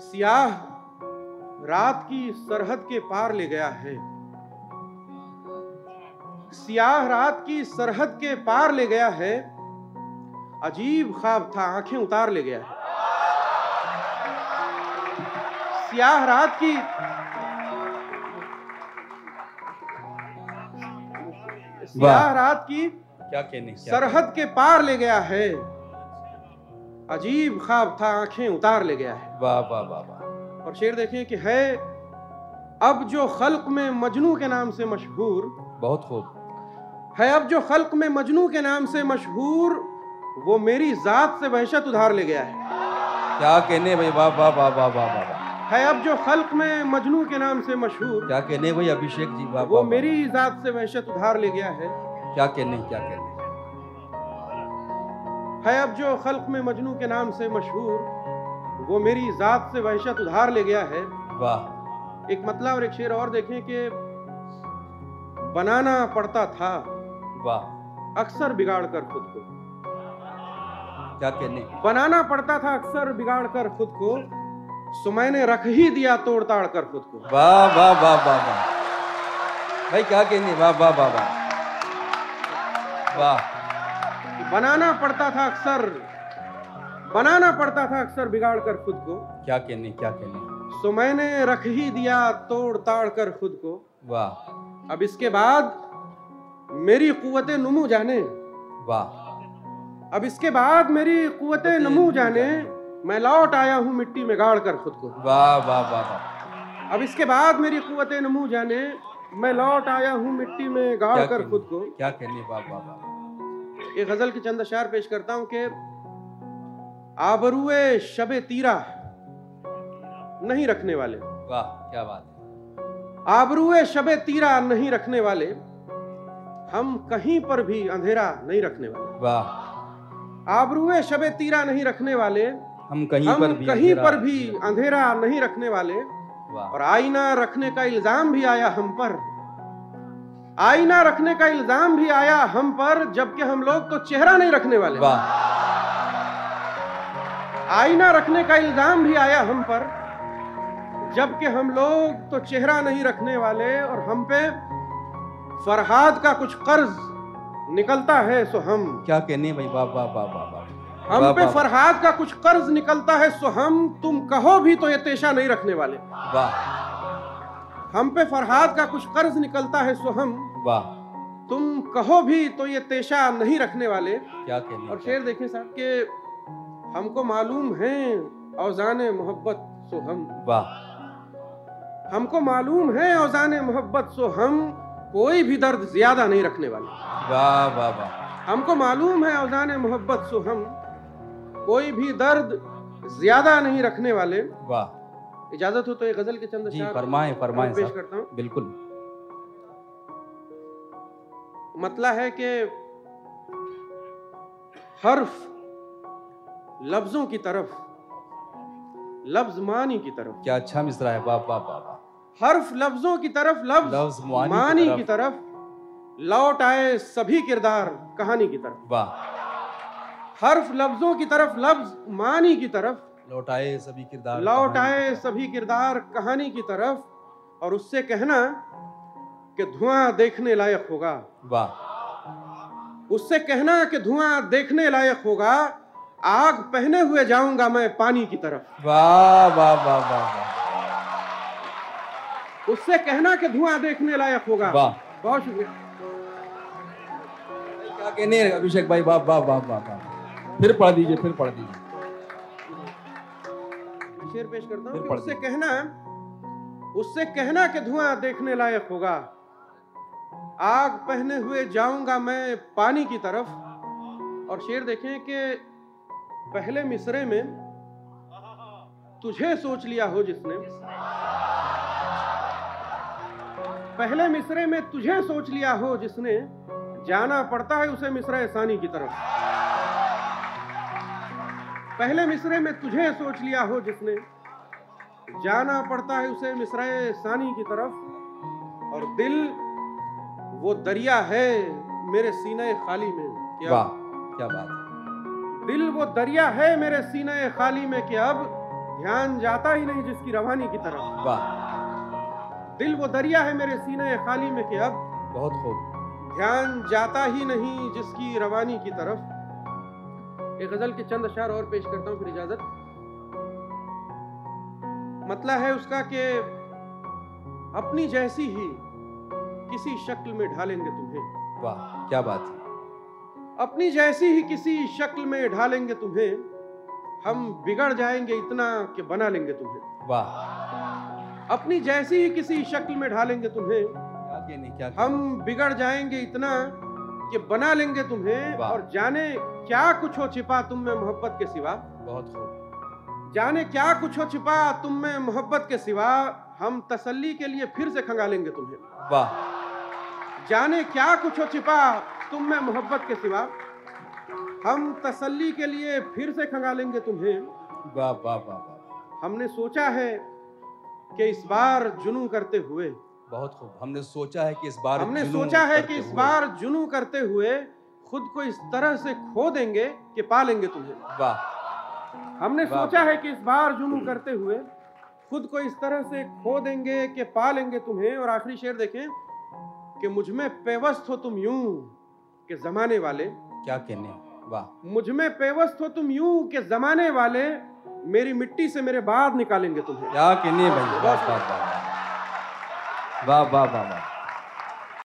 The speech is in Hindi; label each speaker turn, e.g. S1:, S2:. S1: सियाह रात की सरहद के पार ले गया है सियाह रात की सरहद के पार ले गया है अजीब ख्वाब था आंखें उतार ले गया है सियाह रात की सियाह रात की
S2: क्या कहने क्या
S1: सरहद के पार ले गया है अजीब ख्वाब था आंखें उतार ले गया है
S2: कहने? वाह वाह वाह वाह
S1: और शेर देखें कि है अब जो खल्क में मजनू के नाम से मशहूर
S2: बहुत खूब
S1: है अब जो खल्क में मजनू के नाम से मशहूर वो मेरी जात से वहशत उधार ले गया है
S2: क्या कहने भाई वाह वाह वाह वाह वाह वाह वाह
S1: है अब जो खल्क में मजनू के नाम से मशहूर
S2: क्या कहने भाई अभिषेक जी वाह वाह,
S1: वो
S2: वाह
S1: मेरी जात से वहशत उधार ले गया है
S2: क्या कहने क्या कहने
S1: है अब जो खल्क में मजनू के नाम से मशहूर वो मेरी जात से वहशत उधार ले गया है
S2: वाह
S1: एक मतला और एक शेर और देखें कि बनाना पड़ता था
S2: वाह
S1: अक्सर बिगाड़ कर खुद को
S2: क्या कहने
S1: बनाना पड़ता था अक्सर बिगाड़ कर खुद को सो मैंने रख ही दिया तोड़ताड़ कर खुद को
S2: वाह वाह वाह वाह वाह भाई क्या कहने वाह वाह वाह वाह वाह
S1: बनाना पड़ता था अक्सर बनाना पड़ता था अक्सर बिगाड़ कर खुद को
S2: क्या कहने क्या कहने
S1: सो मैंने रख ही दिया तोड़ ताड़ कर खुद को
S2: वाह
S1: अब इसके बाद मेरी कुत नमू जाने
S2: वाह
S1: अब इसके बाद मेरी कुत नमू जाने मैं लौट आया हूँ मिट्टी में गाड़ कर खुद को
S2: वाह वाह वाह वाह
S1: अब इसके बाद मेरी कुत नमू जाने मैं लौट आया हूँ मिट्टी में गाड़
S2: क्या
S1: कर
S2: कहने?
S1: खुद को
S2: क्या कहने वाह वाह वाह
S1: एक गजल के चंद अशार पेश करता हूं कि आबरुए शबे तीरा नहीं रखने वाले
S2: वाह क्या बात है
S1: आबरुए शबे तीरा नहीं रखने वाले हम कहीं पर भी अंधेरा नहीं रखने वाले
S2: वाह
S1: आबरुए शबे तीरा नहीं रखने वाले
S2: हम कहीं
S1: हम
S2: पर भी
S1: कहीं
S2: अंधेरा
S1: पर भी अंधेरा नहीं रखने वाले
S2: वाह
S1: और आईना रखने का इल्जाम भी आया हम पर आईना रखने का इल्जाम भी आया हम पर जबकि हम लोग तो चेहरा नहीं रखने वाले
S2: वाह
S1: आईना रखने का इल्जाम भी आया हम पर जबकि हम लोग तो चेहरा नहीं रखने वाले और हम पे फरहाद का कुछ कर्ज निकलता है सो हम
S2: क्या कहने भाई वाह वाह वाह वाह वाह
S1: हम
S2: वाह,
S1: पे
S2: वाह,
S1: फरहाद का कुछ कर्ज निकलता है सो हम तुम कहो भी तो ये पेशा नहीं रखने वाले
S2: वाह
S1: हम पे फरहाद का कुछ कर्ज निकलता है सो हम
S2: वाह
S1: तुम कहो भी तो ये पेशा नहीं रखने वाले
S2: क्या कहने
S1: और
S2: क्या-
S1: शेर देखें साहब के हमको मालूम है औजान मोहब्बत सो हम
S2: वाह
S1: हमको मालूम है औजान मोहब्बत सो हम कोई भी दर्द ज्यादा नहीं रखने वाले
S2: वाह वाह वाह
S1: हमको मालूम है औजान मोहब्बत सो हम कोई भी दर्द ज्यादा नहीं रखने वाले
S2: वाह
S1: इजाजत हो तो ये गजल के चंद
S2: जी
S1: अशआर
S2: फरमाए फरमाए
S1: पेश
S2: साहब
S1: करता हूँ
S2: बिल्कुल
S1: मतला है कि हर्फ लफ्जों की तरफ लफ्ज मानी की तरफ
S2: क्या अच्छा मिसरा है वाह वाह वाह वाह
S1: हर्फ लफ्जों की तरफ
S2: लफ्ज
S1: लफ्ज
S2: मानी की
S1: मानी
S2: तरफ।
S1: की तरफ लौट आए सभी किरदार कहानी की तरफ
S2: वाह
S1: हर्फ लफ्जों की तरफ लफ्ज मानी की तरफ
S2: लौटाए सभी किरदार
S1: लौट
S2: कहानी।
S1: आए सभी किरदार कहानी की तरफ और उससे कहना कि धुआं देखने लायक होगा
S2: वाह
S1: उससे कहना कि धुआं देखने लायक होगा आग पहने हुए जाऊंगा मैं पानी की तरफ
S2: वाह वाह वाह वाह वाह
S1: उससे कहना कि धुआं देखने लायक होगा
S2: वाह
S1: बहुत शुक्रिया
S2: क्या कहने हैं अभिषेक भाई वाह वाह वाह वाह वाह फिर पढ़ दीजिए फिर पढ़ दीजिए
S1: शेर पेश करता
S2: फिर
S1: हूँ
S2: पढ़
S1: उससे
S2: दो।
S1: कहना उससे कहना कि धुआं देखने लायक होगा आग पहने हुए जाऊंगा मैं पानी की तरफ और शेर देखें कि पहले मिसरे में तुझे सोच लिया हो जिसने पहले मिसरे में तुझे सोच लिया हो जिसने जाना पड़ता है उसे मिसरा सानी की तरफ पहले मिसरे में तुझे सोच लिया हो जिसने जाना पड़ता है उसे मिसराए सानी की तरफ और दिल वो दरिया है मेरे सीने खाली में कि
S2: वाह
S1: अब
S2: क्या बात है
S1: दिल वो दरिया है मेरे सीने खाली में कि अब ध्यान जाता ही नहीं जिसकी रवानी की तरफ
S2: वाह
S1: दिल वो दरिया है मेरे सीने खाली में कि अब
S2: बहुत खूब
S1: ध्यान जाता ही नहीं जिसकी रवानी की तरफ एक गजल के चंद अशार और पेश करता हूँ फिर इजाजत मतलब है उसका कि अपनी जैसी ही किसी शक्ल में ढालेंगे तुम्हें
S2: वाह क्या बात है
S1: अपनी जैसी ही किसी शक्ल में ढालेंगे तुम्हें हम बिगड़ जाएंगे इतना कि बना लेंगे तुम्हें
S2: वाह
S1: अपनी जैसी ही किसी शक्ल में ढालेंगे तुम्हें
S2: क्या कहने क्या कहने।
S1: हम बिगड़ जाएंगे इतना कि बना लेंगे तुम्हें
S2: वाह।
S1: और जाने क्या कुछ हो छिपा तुम में मोहब्बत के सिवा
S2: बहुत खूब
S1: जाने क्या कुछ हो छिपा तुम में मोहब्बत के सिवा हम तसल्ली के लिए फिर से खंगालेंगे तुम्हें
S2: वाह
S1: जाने क्या कुछ हो छिपा तुम में मोहब्बत के सिवा हम तसल्ली के लिए फिर से खंगालेंगे तुम्हें
S2: वाह वाह वाह वाह
S1: हमने सोचा है कि इस बार जुनू करते हुए
S2: बहुत खूब हमने सोचा है कि इस बार
S1: हमने
S2: जुनून
S1: सोचा है कि
S2: करते
S1: इस
S2: हुए-
S1: बार जुनू करते हुए खुद को इस तरह से खो देंगे कि पा लेंगे तुम्हें
S2: वाह
S1: हमने
S2: वाह। हम्म।
S1: सोचा है कि इस बार जुनू करते हुए खुद को इस तरह से खो देंगे कि पा लेंगे तुम्हें और आखिरी शेर देखें कि मुझ में पेवस्त हो तुम यूं के जमाने वाले
S2: क्या कहने वाह
S1: मुझ में पेवस्त हो तुम यूं के जमाने वाले मेरी मिट्टी से मेरे बाद निकालेंगे तुम्हें
S2: क्या कहने भाई वाह वाह वाह वाह वाह वाह वाह वाह